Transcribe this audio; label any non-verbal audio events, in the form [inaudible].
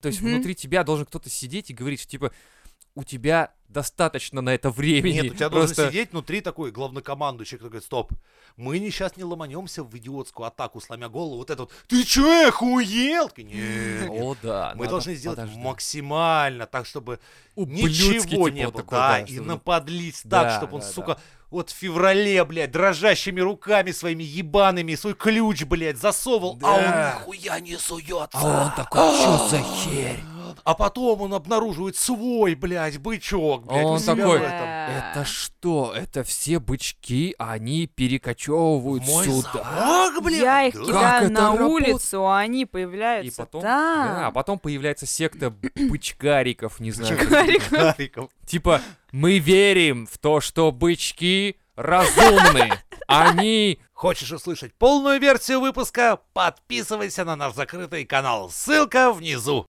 То есть Мгм. внутри тебя должен кто-то сидеть и говорить, что типа у тебя достаточно на это времени. Нет, у тебя Просто... должен сидеть внутри такой главнокомандующий, кто говорит, стоп, мы не сейчас не ломанемся в идиотскую атаку, сломя голову, вот это вот, ты че, охуел? Такой, «Нет, [laughs] нет». О, да. Мы надо должны сделать подождать. максимально так, чтобы Ублюдский, ничего типа, не вот было. такой, Да, да, и чтобы- [laughs] наподлить Да, так, чтобы он, да, да. сука, вот в феврале, блядь, дрожащими руками своими ебаными свой ключ, блядь, засовывал, а он Да. нахуя не суется. А он такой, что за херь? А потом он обнаруживает свой, блядь, бычок, блядь, у А он себя такой, в этом. Это что? Это все бычки, они перекочевывают Мой сюда. замок, блядь. Я их Да. Как кидаю это на работает? улицу, а они И появляются потом, да, а там. потом появляется секта бычкариков, не знаю. как. Гарик, Гариком. Типа, мы верим в то, что бычки разумны. Они... Хочешь услышать полную версию выпуска? Подписывайся на наш закрытый канал. Ссылка внизу.